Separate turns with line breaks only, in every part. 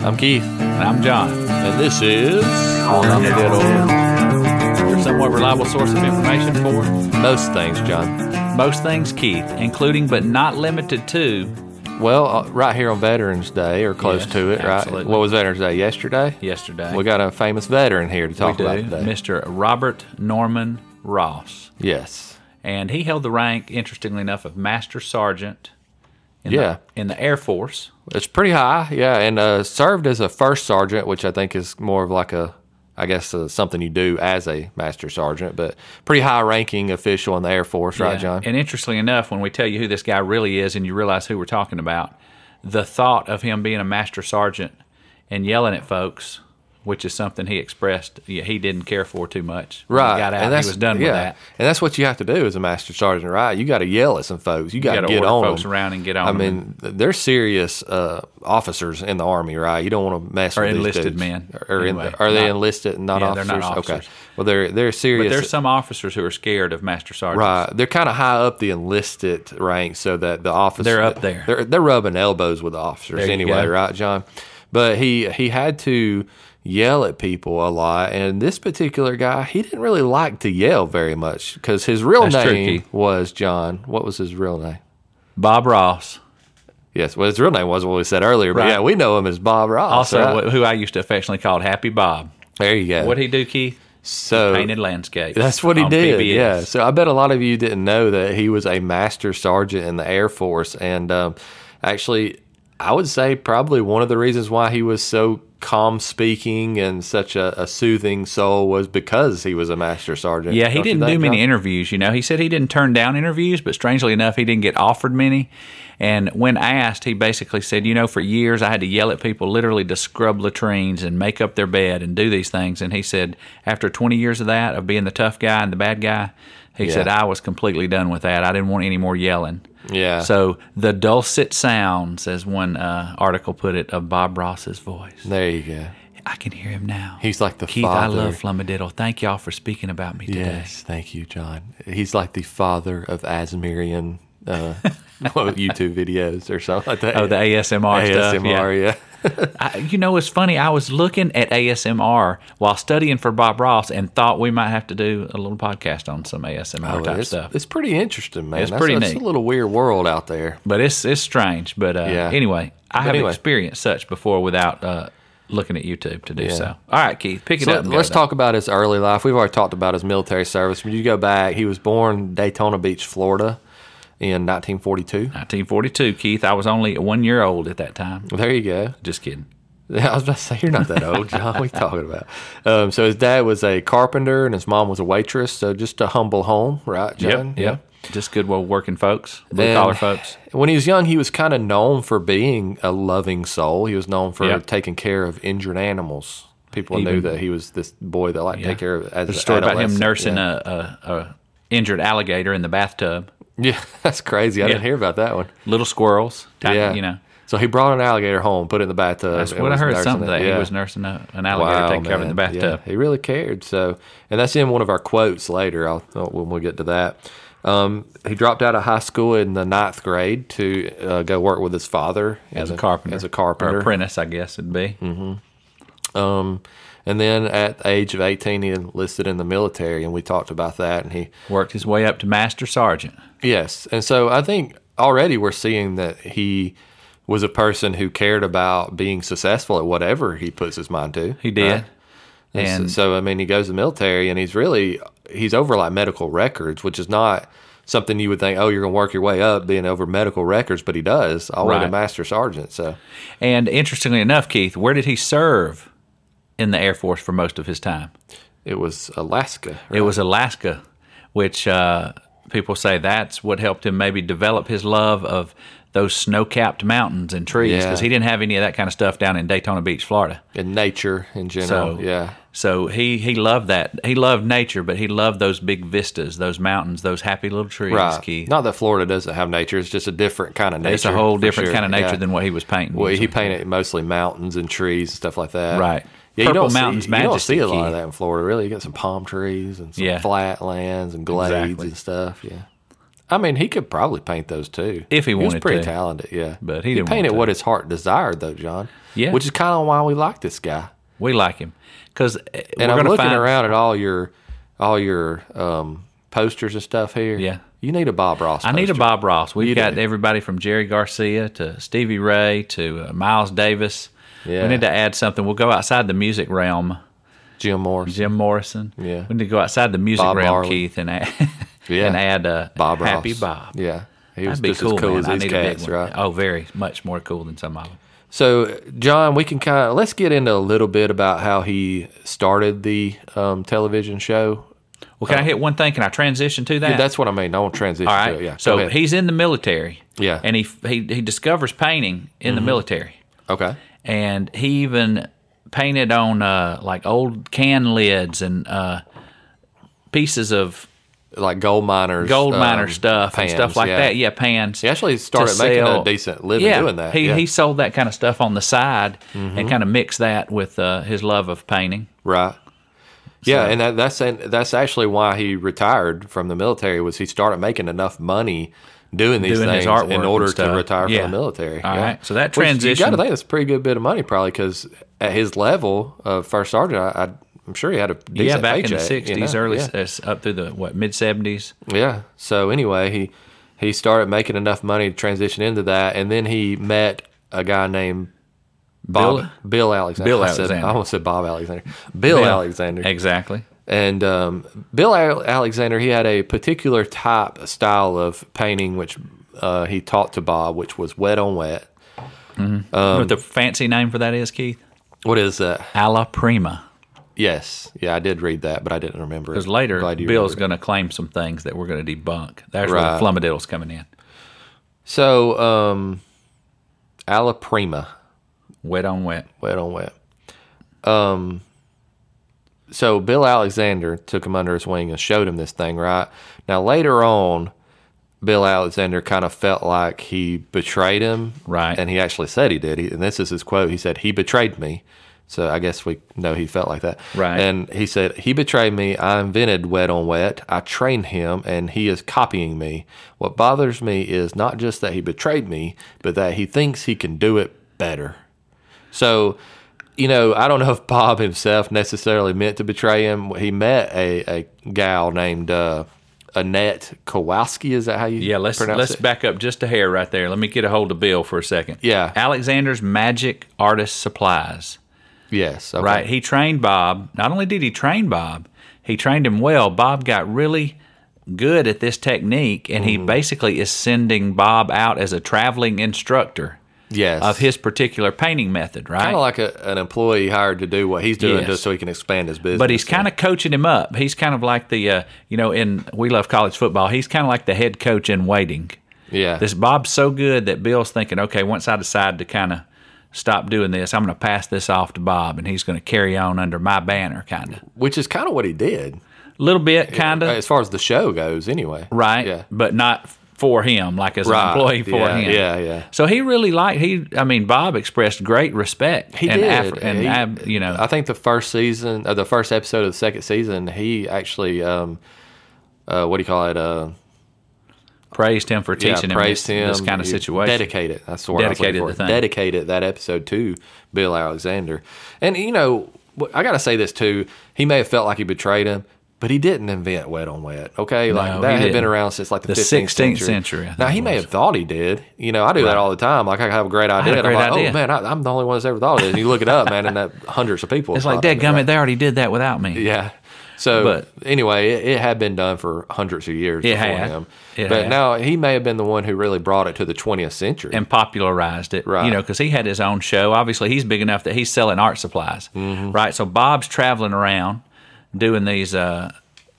I'm Keith,
And I'm John.
and this is
on the dead oil.
your somewhat reliable source of information for
Most things, John.
most things, Keith, including but not limited to.
Well, uh, right here on Veterans Day, or close
Yes,
to it, right?
absolutely.
What was Veterans Day yesterday?
Yesterday,
We got a famous veteran here to
we
talk
do,
about today.
Mr. Robert Norman Ross,
yes.
and he held the rank, interestingly enough, of Master Sergeant. In
Yeah.
the, in the Air Force.
It's pretty high, yeah, and uh, served as a first sergeant, which I think is more of like a, I guess, uh, something you do as a master sergeant, but pretty high ranking official in the Air Force, right,
Yeah.
John?
And interestingly enough, when we tell you who this guy really is and you realize who we're talking about, the thought of him being a master sergeant and yelling at folks, which is something he expressed yeah, he didn't care for too much. When he
Right,
got out. he was done with that.
and that's what you have to do as a master sergeant, right? You got to yell at some folks. You got to
gotta
get
order
on
folks
them.
around and get on
I
'em
mean, they're serious uh, officers in the army, right? You don't want to mess with these
enlisted
dudes.
men,
Or in-
anyway.
are they
Not-
enlisted and not
Yeah, they're
officers?
not
Okay,
officers.
well they're they're serious.
But there's some officers who are scared of master sergeants.
Right, they're kind of high up the enlisted ranks, so that the officer
They're up there.
They're, they're rubbing elbows with the officers
There you
anyway,
go.
right, John? But he he had to yell at people a lot, and this particular guy he didn't really like to yell very much because his real
That's true,
name
Keith.
was John. What was his real name?
Bob Ross,
Yes, well, his real name was what we said earlier, but
Right.
yeah, we know him as Bob Ross.
also
right?
wh- who I used to affectionately call Happy Bob.
there you go.
What'd he do, Keith?
so
Painted landscapes.
Uh, That's what he
on
did.
PBS.
Yeah. So I bet a lot of you didn't know that he was a master sergeant in the Air Force, and um, actually, I would say probably one of the reasons why he was so calm speaking and such a, a soothing soul was because he was a master sergeant.
Yeah,
Don't
he
you
didn't do
think,
many
John?
interviews. You know, he said he didn't turn down interviews, but strangely enough, he didn't get offered many. And when asked, he basically said, "You know, for years I had to yell at people, literally to scrub latrines and make up their bed and do these things." And he said, after 20 years of that, of being the tough guy and the bad guy, he
Yeah.
said, "I was completely done with that. I didn't want any more yelling."
Yeah.
So the dulcet sounds, as one uh, article put it, of Bob Ross's voice.
there you go.
I can hear him now.
He's like the
Keith.
father.
I love Flummadiddle. Thank y'all for speaking about me today.
Yes, thank you, John. He's like the father of Asmerian uh, YouTube videos or something like that.
Oh, the ASMR, stuff. Yeah.
ASMR, yeah.
I, you know, it's funny. I was looking at ASMR while studying for Bob Ross and thought we might have to do a little podcast on some ASMR
Oh,
type
it's,
stuff.
it's pretty interesting, man.
It's
That's-
pretty
that's
neat.
a little weird world out there.
but it's it's strange. But uh,
Yeah.
anyway, I haven't
anyway.
experienced such before without uh, looking at YouTube to do so. All right, Keith, pick it
So
up. and go
let's
then.
talk about his early life. We've already talked about his military service. When you go back, he was born Daytona Beach, Florida, in 1942.
1942, Keith. I was only one year old at that time.
There you go.
Just kidding.
I was about to say you're not that old, John. What are you talking about? Um, so his dad was a carpenter and his mom was a waitress. So just a humble home, right, John?
Yep, yep. Just good old working folks, blue collar
And
folks.
When he was young, he was kind of known for being a loving soul. He was known for
Yeah.
taking care of injured animals. People knew
Even-
that he was this boy that liked to take care of. As
There's
an
a story about him
adolescent.
nursing
Yeah.
a, a, a injured alligator in the bathtub.
Yeah, that's crazy. I didn't
Yeah.
hear about that one.
little squirrels. Tiny,
yeah,
you know.
So he brought an alligator home, put it in the bathtub.
That's
and
what I
was
heard.
nursing
Something
it.
that
Yeah.
he was nursing a, an alligator taken care of in the
man.
bathtub.
Yeah, he really cared. So, and that's in one of our quotes later. I'll, I'll- when we get to that. Um, he dropped out of high school in the ninth grade to uh, go work with his father
As
in
a carpenter, Hmm.
As a
or
carpenter,
apprentice, I guess it'd be.
Um, and then at the age of 18, he enlisted in the military, and we talked about that. And he,
Worked his way up to master sergeant.
yes. And so I think already we're seeing that he was a person who cared about being successful at whatever he puts his mind to.
He did.
right? And,
And
so, so, I mean, he goes to the military, and he's really, he's over like medical records, which is not something you would think, oh, you're going to work your way up being over medical records, but he does, all the way to
Right.
master sergeant. So,
and interestingly enough, Keith, where did he serve in the Air Force for most of his time?
it was Alaska.
It was Alaska, which uh, people say that's what helped him maybe develop his love of those snow-capped mountains and trees
Yeah.
because he didn't have any of that kind of stuff down in Daytona Beach, Florida.
In nature in general.
So
yeah.
So he he loved that. He loved nature, but he loved those big vistas, those mountains, those happy little trees.
Right.
Keith.
Not that Florida doesn't have nature; it's just a different kind of nature.
it's a whole
for
different
sure.
kind of nature
Yeah.
than what he was painting.
Well, he
usually.
painted mostly mountains and trees and stuff like that.
Right.
Yeah, you
Purple
don't
Mountains
see, you don't
Majesty
see a lot of
Key.
that in Florida, really. You got some palm trees and some
Yeah.
flat lands and glades
Exactly.
and stuff. Yeah. I mean, he could probably paint those too
If he
was
wanted
pretty
to.
talented, yeah.
But he didn't want
painted
to.
what his heart desired, though, John.
Yeah.
which is kind of why we like this guy.
We like him because we're
And I'm
going to
looking
find
around at all your all your um, posters and stuff here.
Yeah.
you need a Bob Ross.
I need a
poster.
Bob Ross. We've
You
got
do.
everybody from Jerry Garcia to Stevie Ray to uh, Miles Davis.
Yeah.
We need to add something. We'll go outside the music realm.
Jim Morrison.
Jim Morrison.
Yeah.
We need to go outside the music
Bob
realm,
Marley.
Keith, and add,
Yeah.
and add uh,
Bob Ross.
Happy Bob.
Yeah. He was
That'd be
just
cool,
as cool
man.
as
I
these
need a
cats,
big one.
right?
Oh, very much more cool than some of them.
So, John, we can kind of let's get into a little bit about how he started the um, television show.
Well, can I hit one thing? Can I transition to that?
Oh. Yeah, that's what I mean. I want to transition
All
to
right.
it. Yeah. Go
So
ahead.
he's in the military.
Yeah. Mm-hmm.
And he he he discovers painting in the military,
okay.
and he even painted on uh, like old can lids and uh, pieces of
Like gold miners,
gold
um,
miner stuff
pans,
and stuff like
yeah.
that. Yeah, pans.
He actually started
to
making
sell.
a decent living
Yeah,
doing that.
He
yeah. Mm-hmm.
he sold that kind of stuff on the side and kind of mixed that with uh, his love of painting.
right. Yeah, and that, that's and that's actually why he retired from the military was he started making enough money doing these
Doing his
things
artwork
in
and
order to
stuff.
retire
Yeah.
from the military.
All
yeah.
right. So
Which
that
You got
transition-
to think that's a pretty good bit of money, probably, because at his level of first sergeant, I, I, I'm sure he had a decent
yeah, back in the
paycheck, you
sixties,
know?
early
Yeah.
s- uh, up through the what mid seventies.
Yeah. So anyway, he he started making enough money to transition into that, and then he met a guy named Bob
Bill-
Bill, Alexander.
Bill
I said-
Alexander.
I almost said Bob Alexander. Bill, Oh, Alexander.
Exactly.
And um, Bill Al- Alexander, he had a particular type style of painting which uh, he taught to Bob, which was wet on wet.
you
Um,
know what the fancy name for that is, Keith?
What is that?
Alla prima.
Yes, yeah, I did read that, but I didn't remember.
Because later,
Glad you
Bill's
remembered.
going to claim some things that we're going to debunk. That's where the
Right.
flummadiddle's coming in.
So, um, alla prima,
Wet on wet.
wet on wet. Um, so Bill Alexander took him under his wing and showed him this thing, right? Now later on, Bill Alexander kind of felt like he betrayed him,
Right.
And he actually said he did. He, and this is his quote. He said he betrayed me. So I guess we know he felt like that,
Right.
And he said he betrayed me. I invented wet on wet. I trained him, and he is copying me. What bothers me is not just that he betrayed me, but that he thinks he can do it better. So, you know, I don't know if Bob himself necessarily meant to betray him. He met a, a gal named uh, Annette Kowalski. Is that how you
Yeah, let's
pronounce
let's
it?
back up just a hair right there. Let me get a hold of Bill for a second.
Yeah.
Alexander's magic artist supplies.
yes. okay.
Right. He trained Bob. Not only did he train Bob, he trained him well. Bob got really good at this technique, and he
Mm-hmm.
basically is sending Bob out as a traveling instructor
Yes.
of his particular painting method. Right.
kind of like a, an employee hired to do what he's doing
Yes.
just so he can expand his business.
but he's kind of coaching him up. He's kind of like the, uh, you know, in we love college football. He's kind of like the head coach in waiting.
yeah.
This Bob's so good that Bill's thinking, okay, once I decide to kind of stop doing this, I'm going to pass this off to Bob, and he's going to carry on under my banner, kind of,
which is kind of what he did
little bit, kind of,
as far as the show goes. Anyway,
right,
Yeah.
but not for him, like as an
Right.
employee for
Yeah,
him.
yeah, yeah.
So he really liked he. I mean, Bob expressed great respect.
He
and
did.
Af- and
He-
ab- you know,
I think the first season, uh, the first episode of the second season, he actually, um, uh, what do you call it? Uh,
praised him for teaching him
praised
this, this kind of
He
situation.
Dedicated. That's the word.
Dedicated
I
the
was looking for.
thing.
Dedicated that episode to Bill Alexander, and you know, wh- I gotta say this too. He may have felt like he betrayed him. But he didn't invent wet on wet, okay? Like
No,
that
he
had been
didn't.
around since like the,
The
15th
16th
century.
century, I think
now he
it
may have thought he did. You know, I do that all the time. Like I have a great idea,
a
and I'm
great
like,
idea.
oh man, I, I'm the only one that's ever thought of this. And you look it up, man, and that hundreds of people.
It's like,
that
Dad gummit, they already did that without me.
yeah. So
But-
anyway, it, it had been done for hundreds of years
It
before
had.
him.
It
but
had.
now he may have been the one who really brought it to the 20th century.
and popularized it.
Right.
You know, because he had his own show. Obviously, he's big enough that he's selling art supplies.
Mm-hmm.
Right. So Bob's traveling around doing these uh,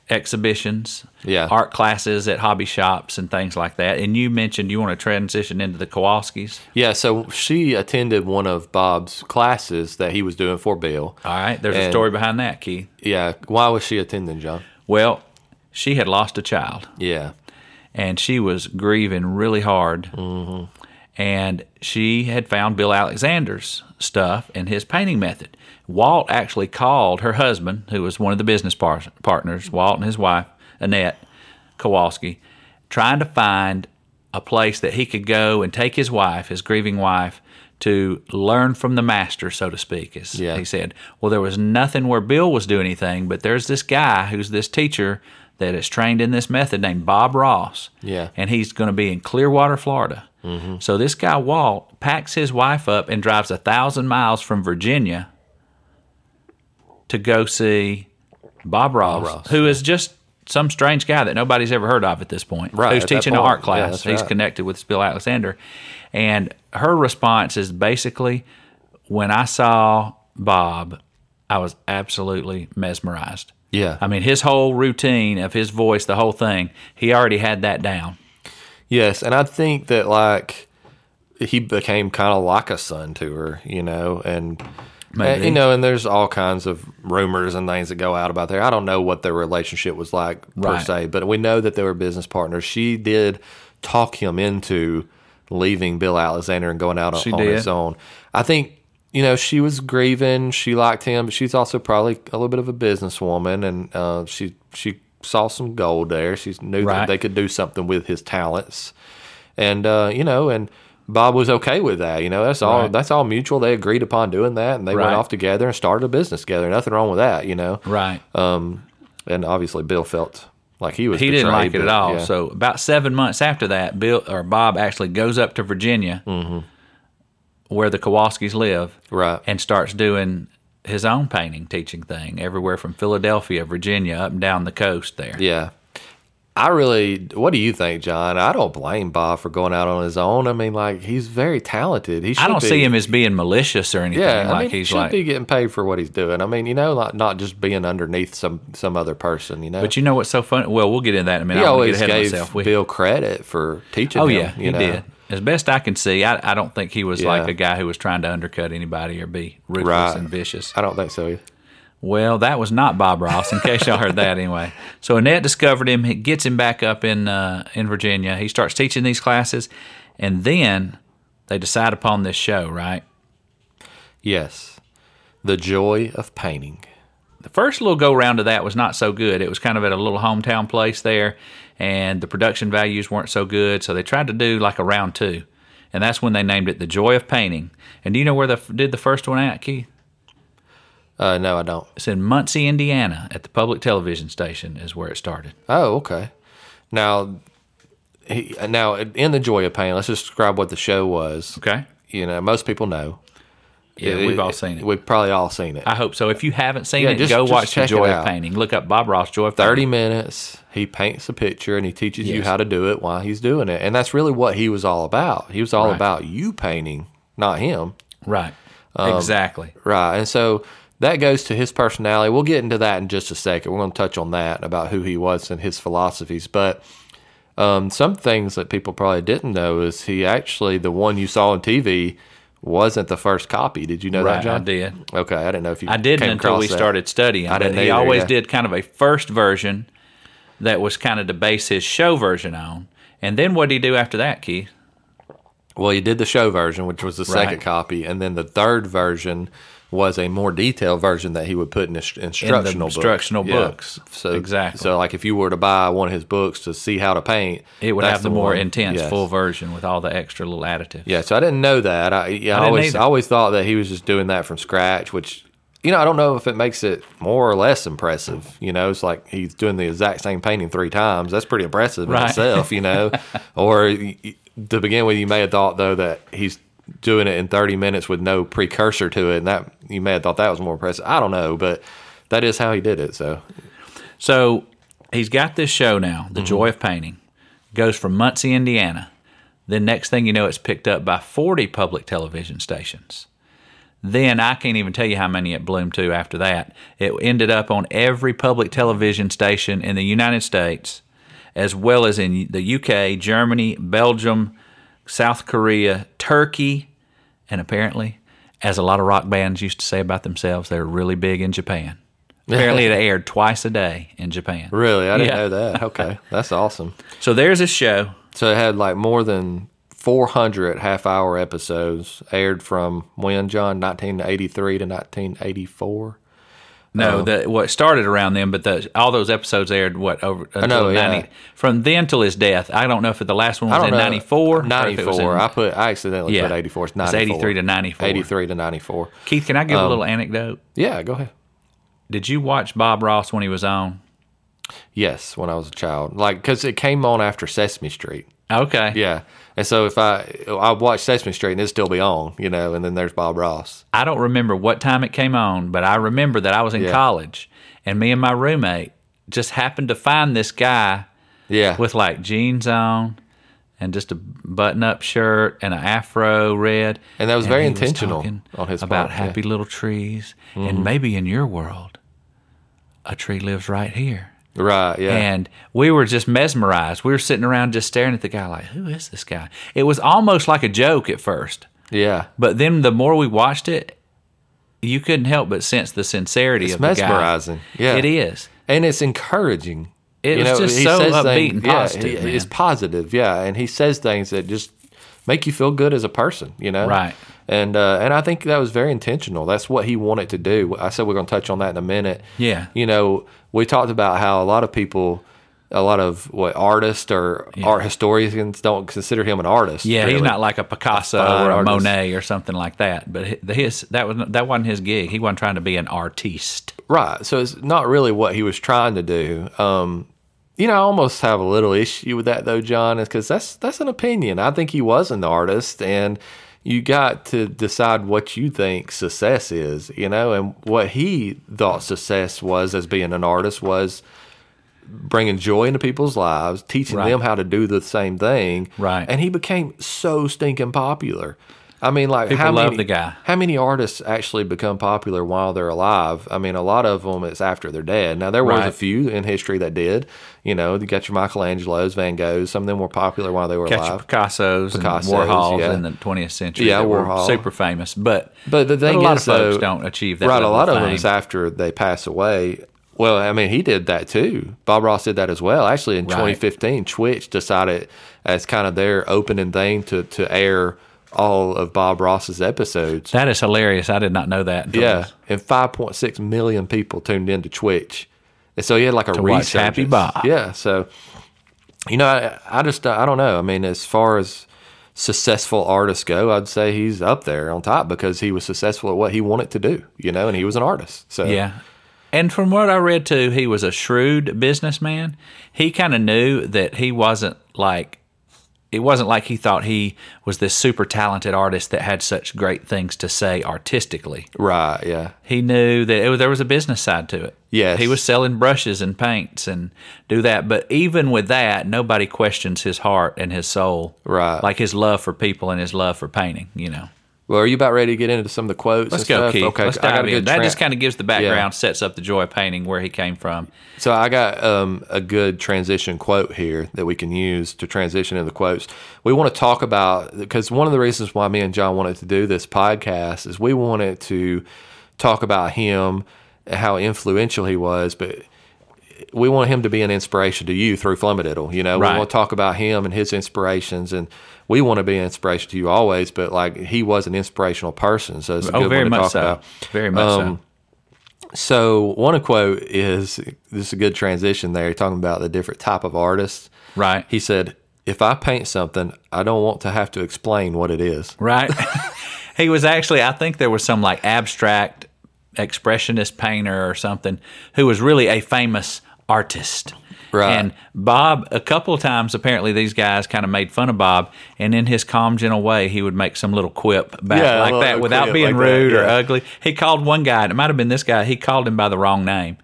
exhibitions,
Yeah.
art classes at hobby shops and things like that. And you mentioned you want to transition into the Kowalskis.
yeah, so she attended one of Bob's classes that he was doing for Bill.
All right. There's a
And-
story behind that, Keith.
Yeah, why was she attending, John?
Well, she had lost a child.
Yeah.
and she was grieving really hard. Mm-hmm. And she had found Bill Alexander's stuff and his painting method. Walt actually called her husband, who was one of the business par- partners, Walt and his wife, Annette Kowalski, trying to find a place that he could go and take his wife, his grieving wife, to learn from the master, so to speak, as
Yeah.
he said. Well, there was nothing where Bill was doing anything, but there's this guy who's this teacher that is trained in this method named Bob Ross.
Yeah. Mm-hmm.
And he's going to be in Clearwater, Florida. So this guy, Walt, packs his wife up and drives a thousand miles from Virginia to go see Bob Ross,
Ross,
who is just some strange guy that nobody's ever heard of at this point,
Right,
who's
at that
teaching an
point.
art
Yeah,
class.
that's
He's
right.
connected with Bill Alexander. And her response is basically when I saw Bob, I was absolutely mesmerized.
Yeah.
I mean, his whole routine of his voice, the whole thing, he already had that down.
Yes, and I think that like he became kind of like a son to her, you know, and
Maybe.
and, you know, and there's all kinds of rumors and things that go out about there. I don't know what their relationship was like
Right.
per se, but we know that they were business partners. She did talk him into leaving Bill Alexander and going out on,
She
on his
did.
own. I think you know she was grieving. She liked him, but she's also probably a little bit of a businesswoman, and uh, she she saw some gold there. She knew
Right.
that they could do something with his talents, and uh, you know, and Bob was okay with that. You know, that's all.
Right.
That's all mutual. They agreed upon doing that, and they
Right.
went off together and started a business together. Nothing wrong with that. You know,
Right.
and obviously Bill felt like he was.
he didn't
betrayed,
like it at
but,
all.
yeah.
So about seven months after that, Bill or Bob actually goes up to Virginia, where the Kowalskis live,
Mm-hmm. Right.
and starts doing his own painting teaching thing everywhere from Philadelphia, Virginia, up and down the coast there.
Yeah. I really, what do you think, John? I don't blame Bob for going out on his own. I mean, like he's very talented. He should
I don't
be,
see him as being malicious or anything.
Yeah,
like
I mean, he
he's
should
like.
be getting paid for what he's doing. I mean, you know, like not just being underneath some some other person. You know,
but you know what's so funny? Well, we'll get into that in a minute.
he
I don't wanna
always
get ahead
gave
of myself. We-
Bill credit for teaching.
oh
him,
yeah,
you
he
know?
did. As best I can see, I, I don't think he was like
Yeah.
a guy who was trying to undercut anybody or be ruthless
Right.
and vicious.
I don't think so. Either.
Well, that was not Bob Ross, in case y'all heard that anyway. So Annette discovered him, he gets him back up in uh, in Virginia. He starts teaching these classes, and then they decide upon this show, right?
Yes, the joy of painting.
The first little go round of that was not so good. It was kind of at a little hometown place there, and the production values weren't so good. So they tried to do like a round two, and that's when they named it The Joy of Painting. And do you know where they f- did the first one at, Keith?
Uh, no, I don't.
It's in Muncie, Indiana, at the public television station, is where it started.
Oh, okay. Now, he, now in the joy of painting, let's just describe what the show was.
Okay.
you know, most people know.
Yeah,
It-
we've all seen it.
We've probably all seen it.
I hope so. If you haven't seen
Yeah,
it,
just-
go
just
watch The
check it
Joy of
out.
Painting. Look up Bob Ross Joy of
30
Painting.
minutes, he paints a picture and he teaches you
Yes.
how to do it while he's doing it. And that's really what he was all about. He was all
Right.
about you painting, not him.
Right.
Um,
exactly.
Right. And so that goes to his personality. We'll get into that in just a second. We're going to touch on that about who he was and his philosophies. But um, some things that people probably didn't know is he actually, the one you saw on TV, wasn't the first copy. Did you know
Right.
that, John?
I did.
Okay. I didn't know if you
I didn't
came
until
across
we
that.
started studying.
I didn't
but he
either,
always
yeah.
did kind of a first version that was kind of to base his show version on. And then what did he do after that, Keith?
Well, you did the show version, which was the second
Right.
copy, and then the third version was a more detailed version that he would put in his instructional book.
instructional
Yeah.
books.
So
Exactly.
So, like if you were to buy one of his books to see how to paint,
It would
that's
have the, more
one.
intense
Yes.
full version with all the extra little additives.
Yeah, so I didn't know that. I, yeah, I,
didn't
always
either.
I always thought that he was just doing that from scratch, which you know I don't know if it makes it more or less impressive. You know, it's like he's doing the exact same painting three times. That's pretty impressive in
Right.
itself. You know, or y- y- to begin with, you may have thought though that he's doing it in thirty minutes with no precursor to it, and that you may have thought that was more impressive. I don't know, but that is how he did it. So
So he's got this show now, The Joy of Painting, goes from Muncie, Indiana. Then next thing you know, it's picked up by 40 public television stations. Then I can't even tell you how many it bloomed to after that. It ended up on every public television station in the United States, as well as in the UK, Germany, Belgium, South Korea, Turkey, and apparently, as a lot of rock bands used to say about themselves, they're really big in Japan. Apparently, it aired twice a day in Japan.
really, I didn't
Yeah.
know that. Okay, that's awesome.
So there's a show.
So it had like more than 400 half hour episodes aired from when, John? 1983 to 1984.
No, the what started around then, but the, all those episodes aired what over until
know, yeah.
90, from then till his death. I don't know if the last one was in '94.
Ninety-four. I put. I accidentally
Yeah.
put eighty-four. It's
It's 83 to 94.
Eighty-three to ninety-four. um,
Keith, can I give a little anecdote?
Yeah, go ahead.
Did you watch Bob Ross when he was on?
Yes, when I was a child, like because it came on after Sesame Street.
Okay.
Yeah, and so if I I watch Sesame Street and it'd still be on, you know, and then there's Bob Ross.
I don't remember what time it came on, but I remember that I was in
Yeah.
college and me and my roommate just happened to find this guy
Yeah,
with like jeans on and just a button up shirt and an afro red.
And that was very
he
intentional
talking
on his
about
part, yeah. Mm-hmm.
happy little trees. And maybe in your world, a tree lives right here.
right. Yeah,
And we were just mesmerized. We were sitting around just staring at the guy, like, who is this guy? It was almost like a joke at first.
yeah.
But then the more we watched it, you couldn't help but sense the sincerity
It's
of the guy.
mesmerizing. Yeah,
It is.
and it's encouraging.
It was just
he
so
says
upbeat
things-
and
yeah,
positive,
he- it's
man.
positive, yeah, and he says things that just make you feel good as a person, you know.
Right.
And uh, and I think that was very intentional. That's what he wanted to do. I said we're going to touch on that in a minute.
Yeah.
You know, we talked about how a lot of people. A lot of what artists or art historians don't consider him an artist.
Yeah, he's
really.
not like a Picasso
fine
or a
artist.
Monet or something like that. But hi- his that was that wasn't his gig. He wasn't trying to be an artiste.
Right. So it's not really what he was trying to do. Um, you know, I almost have a little issue with that though, John, is because that's that's an opinion. I think he was an artist, and you got to decide what you think success is. You know, and what he thought success was as being an artist was bringing joy into people's lives, teaching
Right.
them how to do the same thing.
Right.
And he became so stinking popular. I mean, like
People
how
love
many,
the guy.
How many artists actually become popular while they're alive? I mean, a lot of them it's after they're dead. Now there was a
Right.
few in history that did. You know, you got your Michelangelos, Van Goghs. Some of them were popular while they were
Got your
alive.
Picassos,
Picassos,
and Warhols
yeah.
in the 20th century.
Yeah,
that were
Warhol.
super famous. But
But the thing
a lot
is,
of
though,
folks don't achieve that.
right, a
level
lot of them
fame.
is after they pass away. Well, I mean, he did that too. Bob Ross did that as well. Actually, in
Right.
2015, Twitch decided as kind of their opening thing to to air all of Bob Ross's episodes.
That is hilarious. I did not know that. until
yeah,
this.
and 5.6 million people tuned into Twitch, and so he had like a
watch
resurgence.
Happy Bob.
Yeah, so you know, I, I just I don't know. I mean, as far as successful artists go, I'd say he's up there on top because he was successful at what he wanted to do, you know, and he was an artist. So
Yeah. And from what I read too, he was a shrewd businessman. He kind of knew that he wasn't like it wasn't like he thought he was this super talented artist that had such great things to say artistically.
right, yeah,
He knew that it, was- there was a business side to it.
Yes.
He was selling brushes and paints and do that, but even with that, nobody questions his heart and his soul.
Right.
Like his love for people and his love for painting, you know.
Well, are you about ready to get into some of the quotes?
Let's
and
go,
stuff?
Keith.
Okay,
Let's
I got
dive
a
in.
good
That
tra-
just kind of gives the background, sets up the joy of painting, where he came from.
So I got um, a good transition quote here that we can use to transition into the quotes. We want to talk about because one of the reasons why me and John wanted to do this podcast is we wanted to talk about him, how influential he was, but we want him to be an inspiration to you through Flumadiddle. You know,
Right.
we want to talk about him and his inspirations, and we want to be an inspiration to you always. But like he was an inspirational person, so it's a
Oh,
good
very
one to
much
talk
so.
about.
Very much
Um, So one quote is this is a good transition there, talking about the different type of artists.
so. Right.
He said, If I paint something, I don't want to have to explain what it is.
right. he was actually, I think there was some like abstract expressionist painter or something who was really a famous artist.
Right.
And Bob, a couple of times, apparently these guys kind of made fun of Bob, and in his calm, gentle way, he would make some little quip back
Yeah, a
like
little
that without
quip
being
like that,
rude or
yeah.
ugly. He called one guy, and it might have been this guy. He called him by the wrong name.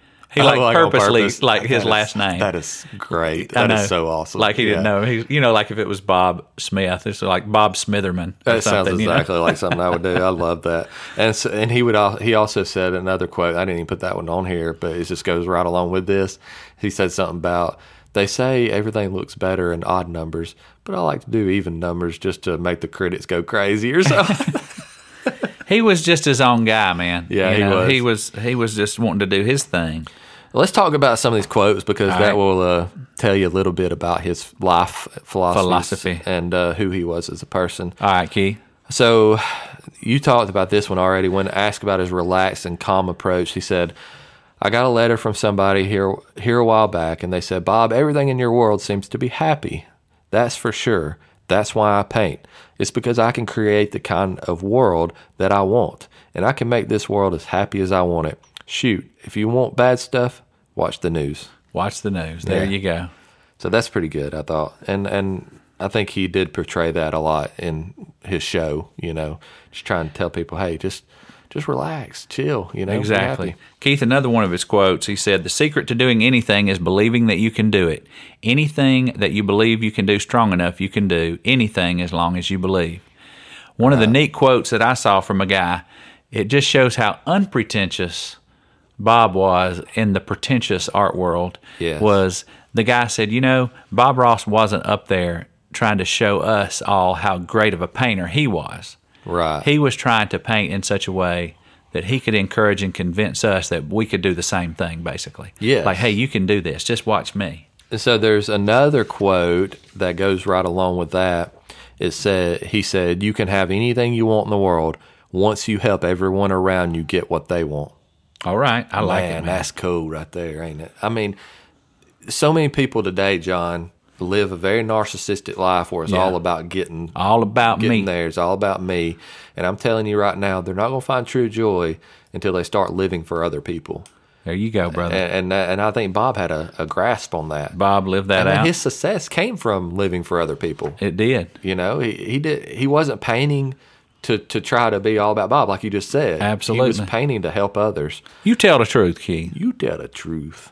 He like,
Oh, on
purposely
purpose.
like his
That is-
last name.
That is great.
I
That is
know.
so awesome.
Like he didn't
Yeah.
know. He's you know, like if it was Bob Smith, it's like Bob Smitherman. or
That sounds
something, you know?
exactly like something I would do. I love that. And so, and he would al- he also said another quote. I didn't even put that one on here, but it just goes right along with this. He said something about they say everything looks better in odd numbers, but I like to do even numbers just to make the critics go crazy or something.
He was just his own guy, man.
Yeah, he was.
he was. He was just wanting to do his thing.
Let's talk about some of these quotes because that
right.
will uh, tell you a little bit about his life philosophies
Philosophy.
and uh, who he was as a person.
All right, Keith.
So you talked about this one already. When asked about his relaxed and calm approach, he said, I got a letter from somebody here here a while back, and they said, "Bob, everything in your world seems to be happy. That's for sure. That's why I paint. It's because I can create the kind of world that I want, and I can make this world as happy as I want it. Shoot, if you want bad stuff, watch the news."
Watch the news. There
Yeah.
you go.
So that's pretty good, I thought, and and I think he did portray that a lot in his show. You know, just trying to tell people, hey, just just relax, chill. You know, be
Exactly.
happy.
Keith, another one of his quotes, he said, The secret to doing anything is believing that you can do it. Anything that you believe you can do strong enough, you can do anything as long as you believe. One of the neat quotes that I saw from a guy, it just shows how unpretentious Bob was in the pretentious art world.
Yes.
Was the guy said, You know, Bob Ross wasn't up there trying to show us all how great of a painter he was.
Right.
He was trying to paint in such a way that he could encourage and convince us that we could do the same thing, basically.
Yes.
Like, hey, you can do this. Just watch me.
And so there's another quote that goes right along with that. It said he said, "You can have anything you want in the world once you help everyone around you get what they want."
All right. I like
man,
it. Man.
that's cool right there, ain't it? I mean, so many people today, John, live a very narcissistic life where it's
Yeah.
all about getting
All about
getting
me.
there. It's all about me. And I'm telling you right now, they're not going to find true joy until they start living for other people.
There you go, brother.
And and, that- and I think Bob had a, a grasp on that.
Bob lived that
I mean,
out.
his success came from living for other people.
it did.
You know, he, he did he wasn't painting to to try to be all about Bob, like you just said. he was
Absolutely.
painting to help others.
You tell the truth, Keith.
You tell the truth.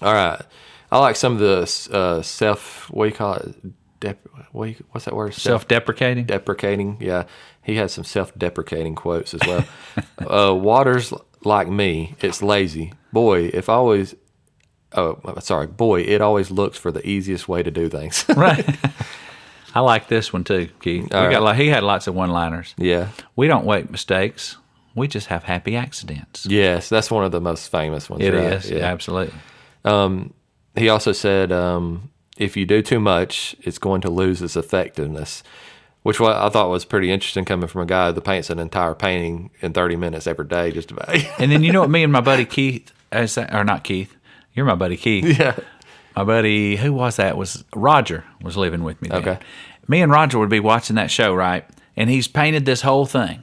All right, I like some of the uh, self. What do you call it? Dep- what do you, what's that word?
Self deprecating.
deprecating. Yeah, he had some self-deprecating quotes as well. uh, water's like me; it's lazy. Boy, if I always, oh, sorry, boy, it always looks for the easiest way to do things.
right. I like this one too, Keith. We
All
got
right.
like, he had lots of one liners.
yeah.
We don't wait mistakes. We just have happy accidents.
Yes, that's one of the most famous ones.
It is
right? Yeah.
Absolutely.
He also said, um, "If you do too much, it's going to lose its effectiveness." Which wa- I thought was pretty interesting coming from a guy that paints an entire painting in 30 minutes every day, just about.
And then you know what? Me and my buddy Keith, as- or not Keith, you're my buddy Keith.
yeah.
My buddy, who was that? Was Roger was living with me. Then.
Okay.
Me and Roger would be watching that show, right? And he's painted this whole thing.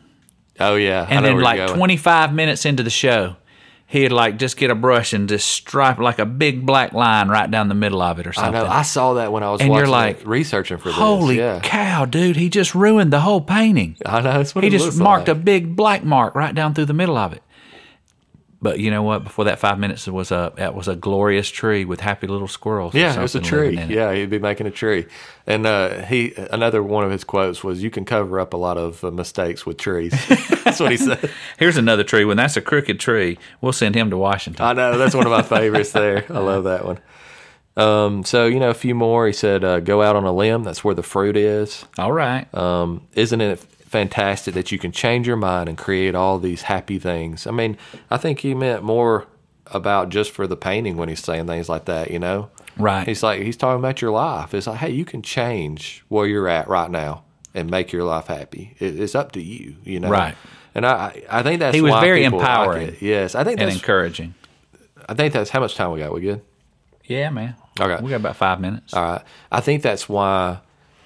Oh, yeah. I
And
know where
then
you're
like
going.
25 minutes into the show, he'd like just get a brush and just stripe like a big black line right down the middle of it or
I
something.
know. I saw that when I was
And
watching
you're like,
it, researching for this.
Holy
yeah.
cow, dude! He just ruined the whole painting.
I know. That's what
He
it
just
looks
marked
like.
a big black mark right down through the middle of it. But you know what? Before that five minutes was a that was a glorious tree with happy little squirrels. or
Yeah, it was a
something
tree.
living in it.
Yeah, he'd be making a tree. And uh, he another one of his quotes was, "You can cover up a lot of uh, mistakes with trees." that's what he said.
Here's another tree. When that's a crooked tree, we'll send him to Washington.
I know. That's one of my favorites. There, I love that one. Um, so you know, a few more. He said, uh, "Go out on a limb. That's where the fruit is."
All right.
Um, isn't it fantastic that you can change your mind and create all these happy things? I mean, I think he meant more about just for the painting when he's saying things like that, you know?
Right.
He's like, he's talking about your life. It's like, hey, you can change where you're at right now and make your life happy. It, it's up to you, you know?
Right.
And I, I I think that's
He was
why
very
people like
empowering
it. Yes, I think
and
that's.
encouraging.
I think that's how much time we got. We good?
Yeah, man.
Okay.
We got about five minutes.
All right. I think that's why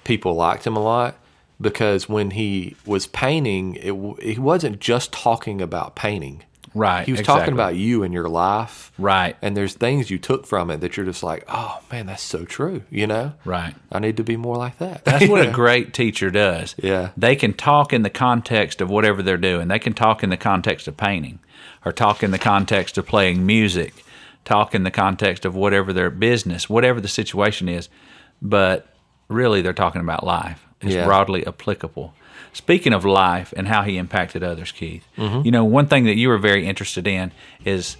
people liked him a lot because when he was painting, it w- he wasn't just talking about painting.
Right.
He was talking
exactly.
about you and your life.
Right.
And there's things you took from it that you're just like, oh man, that's so true. You know?
Right.
I need to be more like that.
That's what a great teacher does.
Yeah.
They can talk in the context of whatever they're doing. They can talk in the context of painting or talk in the context of playing music, talk in the context of whatever their business, whatever the situation is. But really, they're talking about life. It's
Yeah.
broadly applicable. Speaking of life and how he impacted others, Keith,
Mm-hmm.
you know, one thing that you were very interested in is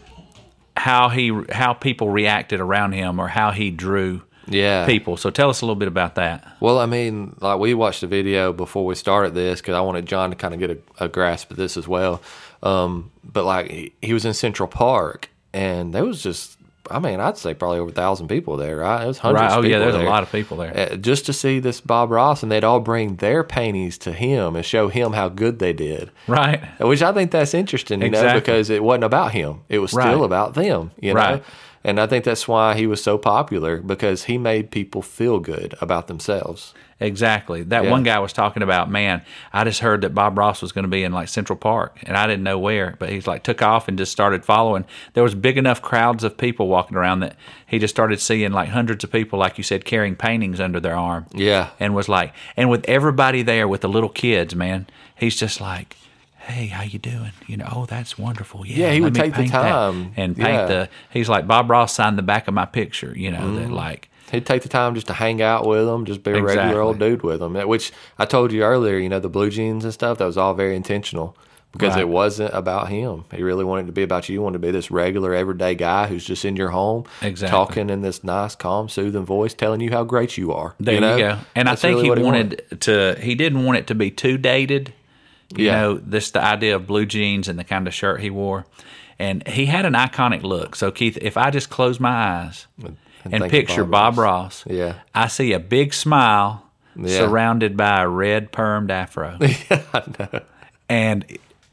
how he how people reacted around him or how he drew
yeah.
people. So tell us a little bit about that.
Well, I mean, like we watched a video before we started this because I wanted John to kind of get a, a grasp of this as well. Um, but like he, he was in Central Park, and there was just I mean, I'd say probably over a thousand people there, right? It was hundreds.
Right. Oh
of people
yeah, there's
there.
a lot of people there.
Uh, just to see this Bob Ross, and they'd all bring their paintings to him and show him how good they did. uh,
Right.
Which I think that's interesting, you know,
Exactly.
because it wasn't about him. It was still
Right.
about them, you know?
Right.
And I think that's why he was so popular because he made people feel good about themselves.
Exactly. That one guy was talking about, man, I just heard that Bob Ross was going to be in like Central Park and I didn't know where, but he's like took off and just started following. There was big enough crowds of people walking around that he just started seeing like hundreds of people, like you said, carrying paintings under their arm.
Yeah.
And was like, and with everybody there with the little kids, man, he's just like, Hey, how you doing? You know, oh, that's wonderful. Yeah,
Yeah, he
let
would
me
take the
paint that,"
time.
and paint
Yeah.
the. He's like Bob Ross signed the back of my picture. You know that like
He'd take the time just to hang out with them, just be a regular
Exactly.
old dude with them. Which I told you earlier, you know, the blue jeans and stuff, that was all very intentional because
Right.
it wasn't about him. He really wanted it to be about you. He wanted to be this regular, everyday guy who's just in your home,
Exactly.
talking in this nice, calm, soothing voice, telling you how great you are.
There you,
know?
go. And I
That's
think
really
he
what
wanted to. He didn't want it to be too dated. You
Yeah.
know, this the idea of blue jeans and the kind of shirt he wore, and he had an iconic look. So Keith, if I just close my eyes and,
think of
picture
Bob
Bob Ross,
Yeah.
I see a big smile
Yeah.
surrounded by a red permed afro. And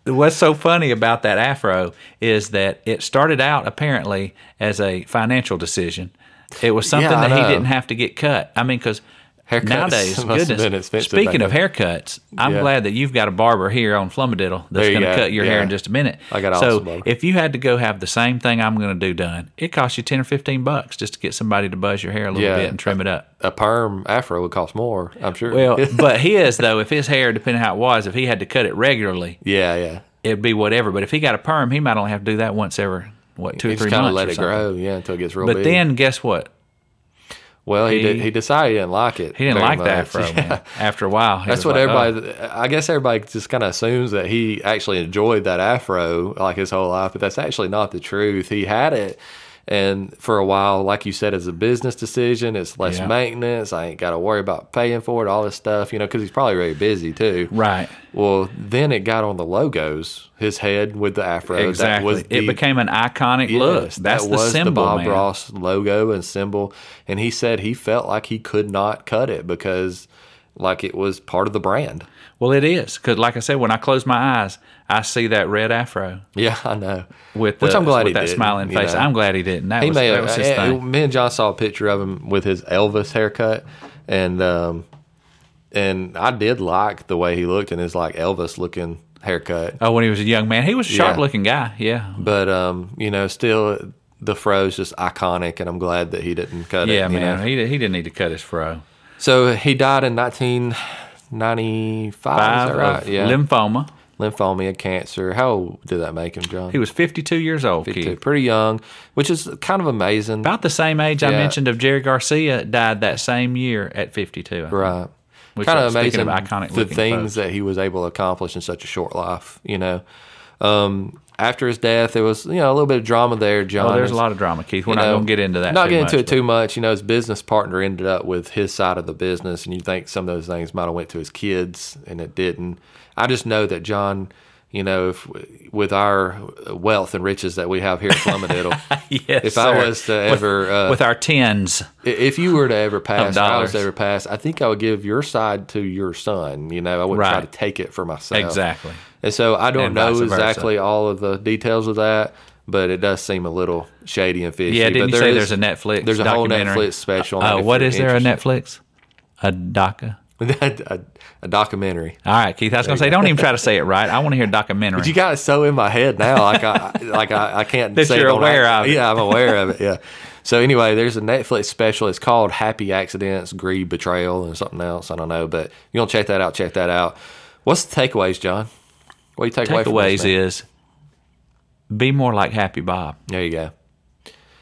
what's so funny about that afro is that it started out apparently as a financial decision. It was something
Yeah, I
that he
know.
didn't have to get cut. I mean, because
Haircuts
nowadays,
must have
goodness.
been expensive back
speaking of haircuts, I'm
Yeah.
glad that you've got a barber here on Flummadiddle that's
There you
going
go.
to cut your hair
Yeah.
in just a minute.
I got an
so
awesome barber.
if you had to go have the same thing I'm going to do done, it costs you ten or fifteen bucks just to get somebody to buzz your hair a little
Yeah.
bit and trim it up.
A perm afro would cost more, I'm sure.
Well, but his though, if his hair, depending how it was, if he had to cut it regularly,
yeah, yeah.
it'd be whatever. But if he got a perm, he might only have to do that once every what two
He
or three
just kind
months.
of let
or
it
something.
grow, yeah, until it gets real
But
big.
then guess what?
well, he, did,
he-
he decided he didn't like it.
He didn't
very
like
much.
that afro. Man. After a while, he
That's
was
what
like, "Oh."
everybody. I guess everybody just kind of assumes that he actually enjoyed that afro like his whole life, but that's actually not the truth. He had it, and for a while, like you said, it's a business decision. It's less
Yeah.
maintenance. I ain't got to worry about paying for it. All this stuff, you know, because he's probably very busy too.
Right.
Well, then it got on the logos. His head with the afro. That
Exactly.
was
it
the
became an iconic look.
Yes,
That's
that
the
was the
symbol,
Bob
man.
Ross logo and symbol. And he said he felt like he could not cut it because, like, it was part of the brand.
Well, it is because, like I said, when I close my eyes, I see that red afro
Yeah, I know.
with
Which
the,
I'm glad
with
he
that
didn't,
smiling
you
face.
know.
I'm glad he didn't. That
He
was,
may
that
have.
was his
eh,
thing.
Me and John saw a picture of him with his Elvis haircut, and um, and I did like the way he looked in his like Elvis looking haircut.
Oh, when he was a young man, he was a
Yeah.
sharp-looking guy. Yeah,
But um, you know, still the fro's just iconic, and I'm glad that he didn't cut
yeah,
it. you
man.
know. Oh,
He he didn't need to cut his fro.
So he died in 1995.
Five uh,
is that right?
of
Yeah.
lymphoma.
Lymphomia, cancer. How old did that make him, John?
He was 52 years old.
Two.
Keith.
Pretty young, which is kind of amazing.
About the same age I
Yeah.
mentioned of Jerry Garcia died that same year at 52. I think.
Right.
Which,
kind
uh,
of
speaking
amazing
of iconic
the
looking
things
folks.
that he was able to accomplish in such a short life, you know. Um, after his death, there was, you know, a little bit of drama there, John.
Oh, there's a
It's-
lot of drama, Keith. We're
you
not
know,
going to get into that.
Not
too
getting into
much,
it too much. You know, his business partner ended up with his side of the business, and you think some of those things might have went to his kids, and it didn't. I just know that John, you know, if, with our wealth and riches that we have here at Flummadiddle,
but- Yes,
if I
sir.
was to ever, uh, Oh.
with our tens,
i- if you were to ever pass, if I was
dollars.
to ever pass, I think I would give your side to your son. You know, I wouldn't try
Right.
to take it for myself.
exactly.
And so I don't
And vice
know
versa.
exactly all of the details of that, but it does seem a little shady and fishy.
Yeah,
but
didn't you
there
say
is-
there's a Netflix?
There's a whole
documentary?
Netflix special.
Uh, what is there a Netflix? A DACA.
Netflix? a, a documentary.
All right, Keith. I was going to say, don't even try to say it right. I want to hear documentary.
You got it so in my head now, like I like I, I can't
That
say it
you're
on
aware
ac-
of it.
Yeah, I'm aware of it. Yeah. So anyway, there's a Netflix special. It's called Happy Accidents, Greed, Betrayal, and something else. I don't know, but you gonna check that out. Check that out. What's the takeaways, John? What do you take away from this,
Takeaways
man?
is be more like Happy Bob.
There you go.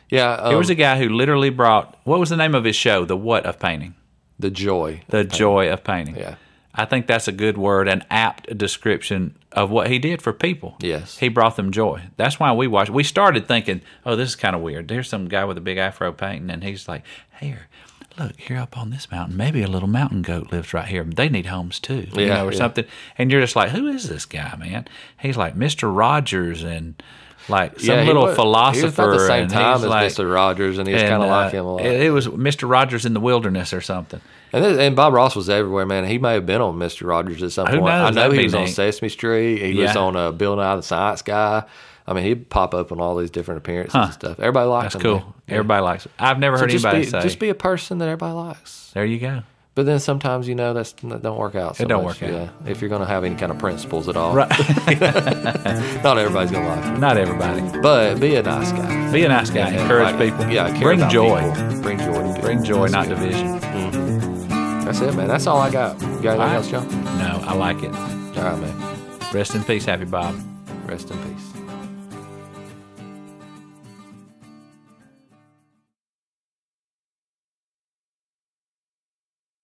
Yeah,
There
um,
was a guy who literally brought what was the name of his show? The what of painting?
the joy.
The joy of painting.
Yeah.
I think that's a good word, an apt description of what he did for people.
Yes.
He brought them joy. That's why we watched. We started thinking, oh, this is kind of weird. There's some guy with a big afro painting, and he's like, here, look, here up on this mountain, maybe a little mountain goat lives right here. They need homes too, you
Yeah,
know, or
yeah.
something. And you're just like, who is this guy, man? He's like, Mr. Rogers and like some
Yeah, he
little
was-
philosopher.
He was about the same
and
time
he's
as
like-
Mister Rogers, and he was
and,
kind of like
uh,
him a lot.
It, it was Mister Rogers in the wilderness or something.
And, this, and Bob Ross was everywhere, man. He may have been on Mister Rogers at some
Who
point.
knows?
I know
That'd
he
be
was on
neat.
Sesame Street. He was
Yeah.
on uh, Bill Nye the Science Guy. I mean, he'd pop up on all these different appearances and stuff. Everybody likes
That's
him.
cool.
man.
Everybody likes it. I've never heard
Just
anybody
be,
say.
just be a person that everybody likes.
there you go.
But then sometimes you know that's that don't work out. So
It don't
much,
work out.
Yeah, if you're gonna have any kind of principles at all,
Right.
not everybody's gonna like you.
Not everybody.
But be a nice guy.
Be a nice guy.
And,
Encourage
like,
people.
Yeah, care
Bring
about
joy.
people. Bring joy. to people.
Bring joy,
That's
not
good.
division.
That's it, man. That's all I got. You got anything
right.
else, John?
No, I like it.
All right, man.
Rest in peace, Happy Bob.
Rest in peace.